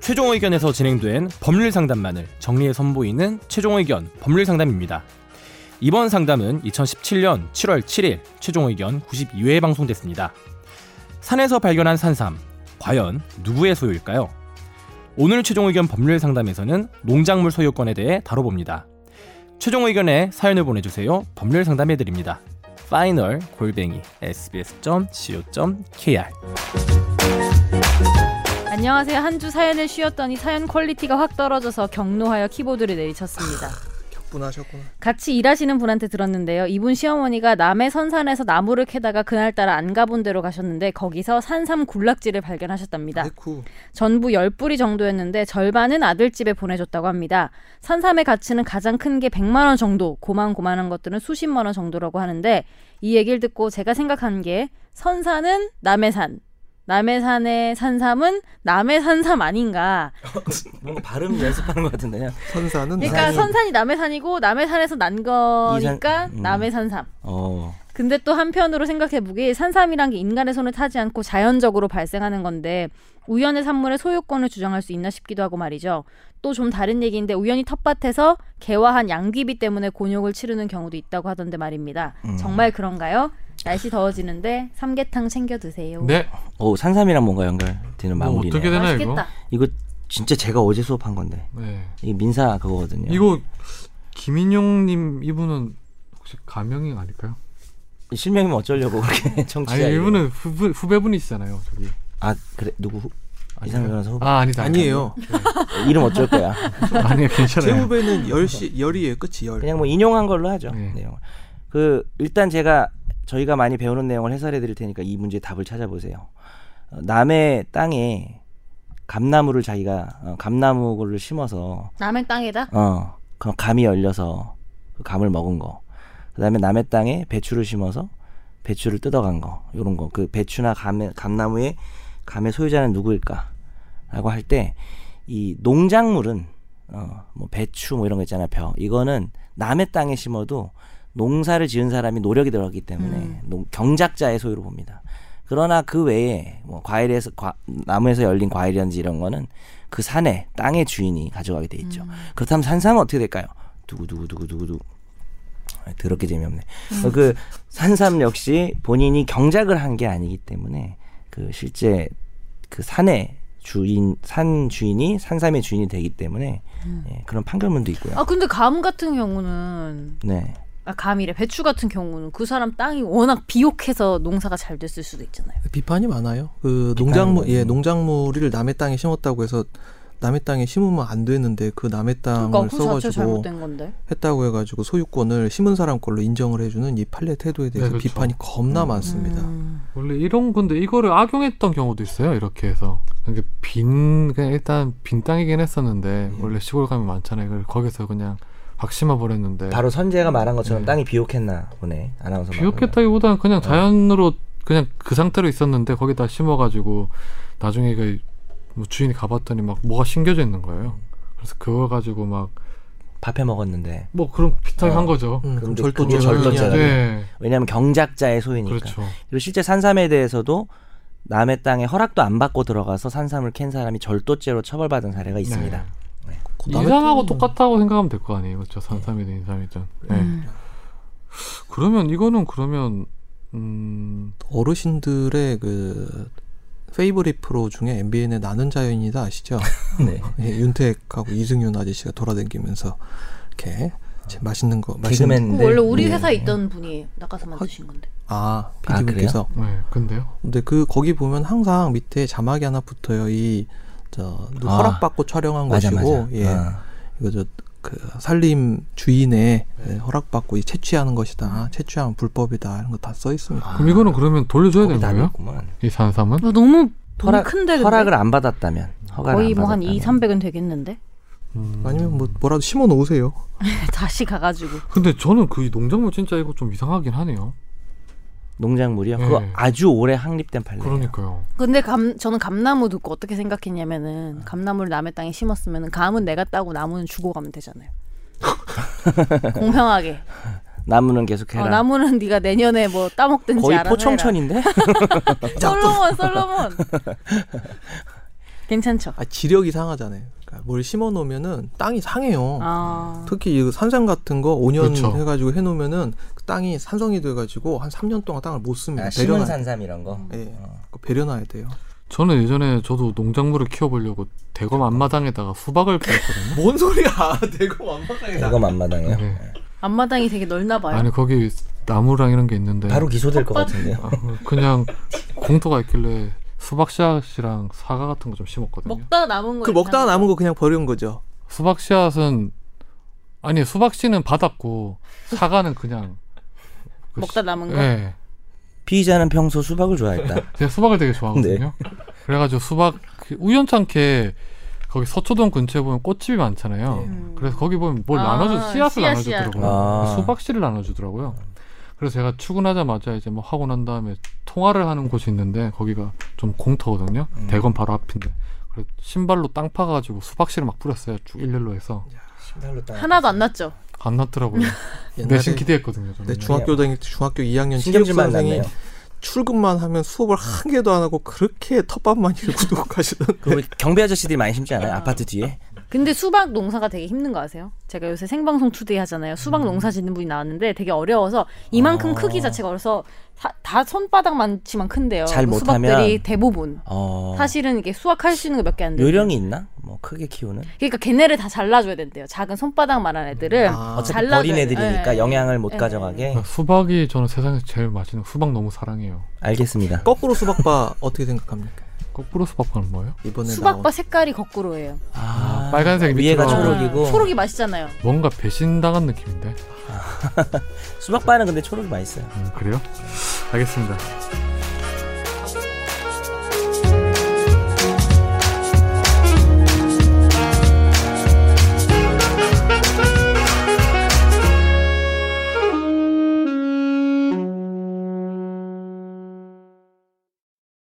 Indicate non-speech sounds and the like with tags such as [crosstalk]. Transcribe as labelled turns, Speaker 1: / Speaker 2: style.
Speaker 1: 최종 의견에서 진행된 법률 상담만을 정리해 선보이는 최종 의견 법률 상담입니다. 이번 상담은 2017년 7월 7일 최종 의견 92회 방송됐습니다. 산에서 발견한 산삼, 과연 누구의 소유일까요? 오늘 최종 의견 법률 상담에서는 농작물 소유권에 대해 다뤄봅니다. 최종 의견에 사연을 보내주세요. 법률 상담해드립니다. 파이널 골뱅이 sbs.co.kr
Speaker 2: 안녕하세요. 한 주 사연을 쉬었더니 사연 퀄리티가 확 떨어져서 경로하여 키보드를 내리쳤습니다.
Speaker 3: 격분하셨구나.
Speaker 2: 같이 일하시는 분한테 들었는데요. 이분 시어머니가 남해 선산에서 나무를 캐다가 그날따라 안 가본 데로 가셨는데 거기서 산삼 굴락지를 발견하셨답니다.
Speaker 3: 에쿠.
Speaker 2: 전부 10뿌리 정도였는데 절반은 아들 집에 보내줬다고 합니다. 산삼의 가치는 가장 큰 게 100만 원 정도, 고만고만한 것들은 수십만 원 정도라고 하는데 이 얘기를 듣고 제가 생각한 게 선산은 남해산, 남해산의 산삼은 남해 산삼 아닌가.
Speaker 4: 뭔가 발음 연습하는 것 같은데요.
Speaker 3: 선사는
Speaker 2: 그러니까
Speaker 3: 나는
Speaker 2: 선산이 남해산이고 남해산에서 난 거니까
Speaker 4: 이산- 음.
Speaker 2: 남해 산삼.
Speaker 4: 어.
Speaker 2: 근데 또 한편으로 생각해보기 산삼이란 게 인간의 손을 타지 않고 자연적으로 발생하는 건데 우연의 산물의 소유권을 주장할 수 있나 싶기도 하고 말이죠. 또 좀 다른 얘기인데 우연히 텃밭에서 개화한 양귀비 때문에 곤욕을 치르는 경우도 있다고 하던데 말입니다.
Speaker 4: 음.
Speaker 2: 정말 그런가요? 날씨 더워지는데 삼계탕 챙겨 드세요.
Speaker 5: 네.
Speaker 4: 오, 어, 산삼이랑 뭔가 연결되는
Speaker 5: 뭐
Speaker 4: 마무리네요.
Speaker 5: 어떻게 되나 이거?
Speaker 2: 맛있겠다.
Speaker 4: 이거 진짜 제가 어제 수업한 건데.
Speaker 5: 네.
Speaker 4: 이게 민사 그거거든요.
Speaker 5: 이거 김인용님 이분은 혹시 가명이 아닐까요?
Speaker 4: 실명이면 어쩌려고 그렇게 [laughs] 청취자.
Speaker 5: 아니
Speaker 4: 음, 이름.
Speaker 5: 이분은 후배, 후배분이시잖아요. 저기.
Speaker 4: 아 그래 누구 후... 이상 변호사 후배
Speaker 5: 아 아니다.
Speaker 3: 아니에요.
Speaker 4: 이름 어쩔 거야.
Speaker 5: [laughs] 아니에요.
Speaker 3: 제
Speaker 5: 괜찮아요.
Speaker 3: 후배는 열시 열이에요. 끝이 열.
Speaker 4: 그냥 뭐 인용한 걸로 하죠.
Speaker 5: 네.
Speaker 4: 내용을. 그 일단 제가 저희가 많이 배우는 내용을 해설해 드릴 테니까 이 문제 답을 찾아보세요. 어, 남의 땅에 감나무를 자기가 어, 감나무를 심어서
Speaker 2: 남의 땅에다
Speaker 4: 어, 그럼 감이 열려서 그 감을 먹은 거. 그다음에 남의 땅에 배추를 심어서 배추를 뜯어간 거. 요런 거. 그 배추나 감 감나무의 감의 소유자는 누구일까? 라고 할 때 이 농작물은 어, 뭐 배추 뭐 이런 거 있잖아요. 벼. 이거는 남의 땅에 심어도 농사를 지은 사람이 노력이 들어갔기 때문에
Speaker 2: 음.
Speaker 4: 농- 경작자의 소유로 봅니다. 그러나 그 외에 뭐 과일에서 과- 나무에서 열린 과일이든지 이런 거는 그 산에 땅의 주인이 가져가게 돼 있죠. 그렇다면 산삼은 어떻게 될까요? 두구 두구 두구 두구 두. 더럽게 재미없네. 어, 그 산삼 역시 본인이 경작을 한 게 아니기 때문에 그 실제 그 산의 주인 산 주인이 산삼의 주인이 되기 때문에
Speaker 2: 음.
Speaker 4: 예, 그런 판결문도 있고요.
Speaker 2: 아 근데 감 같은 경우는
Speaker 4: 네.
Speaker 2: 아 감이래 배추 같은 경우는 그 사람 땅이 워낙 비옥해서 농사가 잘 됐을 수도 있잖아요.
Speaker 3: 비판이 많아요. 그 농작물
Speaker 4: 비판이
Speaker 3: 예 농작물을 남의 땅에 심었다고 해서 남의 땅에 심으면 안 되는데 그 남의 땅을
Speaker 2: 그러니까 그 자체
Speaker 3: 써가지고
Speaker 2: 잘못된 건데.
Speaker 3: 했다고 해가지고 소유권을 심은 사람 걸로 인정을 해주는 이 판례 태도에 대해서
Speaker 5: 네, 그렇죠.
Speaker 3: 비판이 겁나 많습니다.
Speaker 2: 음.
Speaker 5: 원래 이런 건데 이거를 악용했던 경우도 있어요. 이렇게 해서. 그러니까 빈 그냥 일단 빈 땅이긴 했었는데 원래 시골 가면 많잖아요. 이걸 거기서 그냥 박 심어 버렸는데
Speaker 4: 바로 선재가 말한 것처럼
Speaker 5: 네.
Speaker 4: 땅이 비옥했나 보네. 아나운서
Speaker 5: 비옥했다기보다는 그냥 자연으로 그냥 그 상태로 있었는데 거기다 심어가지고 나중에 그 뭐 주인이 가봤더니 막 뭐가 심겨져 있는 거예요. 그래서 그거 가지고 막 뭐
Speaker 4: 밥해 먹었는데.
Speaker 5: 그런 비슷하게
Speaker 4: 어.
Speaker 5: 한 거죠.
Speaker 3: 음, 그럼
Speaker 4: 그럼 이제
Speaker 3: 절도죄
Speaker 4: 그러니까 그게 절도죄다.
Speaker 3: 아니냐.
Speaker 5: 네,
Speaker 4: 왜냐하면 경작자의 소유니까.
Speaker 5: 그렇죠.
Speaker 4: 그리고 실제 산삼에 대해서도 남의 땅에 허락도 안 받고 들어가서 산삼을 캔 사람이 절도죄로 처벌받은 사례가 있습니다.
Speaker 5: 네.
Speaker 3: 남의
Speaker 5: 인삼하고
Speaker 3: 땅은-
Speaker 5: 똑같다고 생각하면 될 거 아니에요. 그렇죠. 산삼이든 인삼이든. 네.
Speaker 2: 음.
Speaker 5: 그러면 이거는 그러면 음,
Speaker 3: 어르신들의 그 페이보릿 프로 중에 MBN의 나는 자연이다 아시죠? [laughs]
Speaker 4: 네.
Speaker 3: 예, 윤택하고 이승윤 아저씨가 돌아다니면서 이렇게 제 맛있는 거
Speaker 5: 네.
Speaker 3: 맛있는
Speaker 4: 개그맨.
Speaker 2: 그 원래 우리 회사에 있던 분이 낚아서 만드신 건데.
Speaker 3: 아
Speaker 4: 아,
Speaker 3: PD분께서
Speaker 5: 네, 근데요.
Speaker 3: 근데 그 거기 보면 항상 밑에 자막이 하나 붙어요 이저
Speaker 4: 아.
Speaker 3: 허락받고 촬영한
Speaker 4: 맞아 맞아.
Speaker 3: 것이고 예
Speaker 4: 아.
Speaker 3: 이거 저 그 살림 주인의 예, 허락받고 이 채취하는 것이다 채취하면 불법이다 이런 거 다 써 있습니다.
Speaker 5: 그럼 이거는 그러면 돌려줘야 되는
Speaker 4: 아. 거기 답이
Speaker 5: 거예요?
Speaker 4: 있구만.
Speaker 5: 이 산삼은?
Speaker 2: 아, 너무 돈이
Speaker 4: 허락-
Speaker 2: 큰데 근데?
Speaker 4: 허락을 안 받았다면 네. 허가를
Speaker 2: 거의
Speaker 4: 안
Speaker 2: 뭐 한
Speaker 4: 받았다면.
Speaker 2: 2, 300은 되겠는데? [laughs]
Speaker 5: 음.
Speaker 3: 아니면 뭐 뭐라도 심어 놓으세요.
Speaker 2: 다시 가가지고
Speaker 5: 근데 저는 그 농작물 진짜 이거 좀 이상하긴 하네요.
Speaker 4: 농작물이요. 그거
Speaker 5: 네.
Speaker 4: 아주 오래 확립된 판례.
Speaker 5: 그러니까요.
Speaker 2: 근데 감, 저는 감나무 듣고 어떻게
Speaker 4: 네.
Speaker 2: 생각했냐면은 감나무를 남의 땅에 심었으면은 감은 내가 따고 나무는 주고 가면 되잖아요 [laughs] 공평하게
Speaker 4: 나무는 계속해라.
Speaker 2: 어, 나무는 네가 내년에 뭐 따먹든지
Speaker 4: 거의 [laughs]
Speaker 2: 알아서
Speaker 4: 포청천인데.
Speaker 2: 해라. 솔로몬 솔로몬 괜찮죠.
Speaker 3: 아, 지력이 상하잖아요. 그러니까 뭘 심어 놓으면은 땅이 상해요.
Speaker 2: 아.
Speaker 3: 특히 이 산삼 같은 거 5년
Speaker 5: 그쵸.
Speaker 3: 해가지고 해놓으면은 그 땅이 산성이 돼가지고 한 3년 동안 땅을 못 씁니다.
Speaker 4: 아, 심은
Speaker 3: 배려놔.
Speaker 4: 산삼 어. 이런 거.
Speaker 3: 예, 그거 배려놔야 돼요.
Speaker 5: 저는 예전에 저도 농작물을 키워보려고 대검 앞마당에다가 수박을
Speaker 3: [laughs]
Speaker 5: 키웠거든요.
Speaker 3: 뭔 소리야? [laughs] 대검 완박하게
Speaker 4: 이거 만마당이요.
Speaker 5: 네.
Speaker 2: 앞마당이 되게 넓나 봐요.
Speaker 5: 아니 거기 나무랑 이런 게 있는데
Speaker 4: 바로 기소될 것 같은데요.
Speaker 5: 아, 그냥 공터가 있길래 수박 씨앗이랑 사과 같은 거 좀 심었거든요.
Speaker 2: 먹다 남은 거.
Speaker 3: 그 먹다가 남은 거 그냥 버린 거죠.
Speaker 5: 수박 씨앗은 아니 수박 씨는 받았고 사과는 그냥 그
Speaker 2: 먹다 남은
Speaker 5: 씨-
Speaker 2: 거.
Speaker 4: 네.
Speaker 5: 예.
Speaker 4: 피의자는 평소 수박을 좋아했다.
Speaker 5: 제가 수박을 되게 좋아하거든요.
Speaker 3: 네.
Speaker 5: [laughs] 그래가지고 수박 그 우연찮게 거기 서초동 근처에 보면 꽃집이 많잖아요.
Speaker 3: 네.
Speaker 2: 음.
Speaker 5: 그래서 거기 보면 뭘
Speaker 2: 아,
Speaker 5: 나눠주 씨앗을
Speaker 2: 씨앗,
Speaker 5: 나눠주더라고요.
Speaker 4: 씨앗. 아.
Speaker 5: 수박 씨를 나눠주더라고요. 그래서 제가 출근하자마자 이제 뭐 하고 난 다음에 통화를 하는 곳이 있는데 거기가 좀 공터거든요.
Speaker 4: 음.
Speaker 5: 대건 바로 앞인데. 그래서 신발로 땅 파가지고 수박 씨를 막 뿌렸어요. 쭉 일렬로 해서
Speaker 4: [laughs]
Speaker 3: 음.
Speaker 4: 신발로 따라-
Speaker 2: 하나도 안 났죠.
Speaker 5: 안 났더라고요.
Speaker 3: [laughs] 옛날에
Speaker 5: 내심 기대했거든요. 저는. 그러니까
Speaker 3: 내 중학교 다닐 때 중학교 2학년
Speaker 4: 음, 신경질만
Speaker 3: 체육선생이
Speaker 4: 났네요.
Speaker 3: 출근만 하면 수업을 한 개도 안 하고 그렇게 텃밭만 [laughs] 일구고 가시던
Speaker 4: 그 우리 경비 아저씨들이 많이 심지 않아요? 아파트 뒤에?
Speaker 2: 근데 수박 농사가 되게 힘든 거 아세요? 제가 요새 생방송 투데이 하잖아요. 수박 농사 짓는 분이 나왔는데 되게 어려워서 이만큼
Speaker 4: 음. 어.
Speaker 2: 크기 자체가 어려서 다, 다 손바닥만치만 큰데요.
Speaker 4: 잘
Speaker 2: 그
Speaker 4: 못하면-
Speaker 2: 수박들이 대부분
Speaker 4: 어.
Speaker 2: 사실은 이게 수확할 수 있는 게 몇 개 안 돼요.
Speaker 4: 요령이 있나? 뭐 크게 키우는?
Speaker 2: 그러니까 걔네를 다 잘라줘야 된대요. 작은 손바닥만한 애들을
Speaker 3: 아.
Speaker 4: 어차피
Speaker 2: 잘라줘야
Speaker 4: 버린
Speaker 2: 돼요.
Speaker 4: 애들이니까
Speaker 2: 예, 예.
Speaker 4: 영향을 못
Speaker 2: 네.
Speaker 4: 가져가게.
Speaker 5: 그러니까 수박이 저는 세상에서 제일 맛있는 수박 너무 사랑해요.
Speaker 4: 알겠습니다.
Speaker 5: 어.
Speaker 3: 거꾸로 수박바 어떻게 생각합니까?
Speaker 5: 거꾸로 수박은 뭐예요?
Speaker 3: 이번에
Speaker 2: 수박바
Speaker 3: 나온
Speaker 2: 색깔이 거꾸로예요.
Speaker 4: 아,
Speaker 5: 빨간색
Speaker 4: 위에가
Speaker 5: 밑으로
Speaker 4: 초록이고
Speaker 2: 아, 초록이 맛있잖아요.
Speaker 5: 뭔가 배신당한 느낌인데.
Speaker 4: 수박바는 근데 초록이 맛있어요.
Speaker 5: 음, 그래요? 알겠습니다.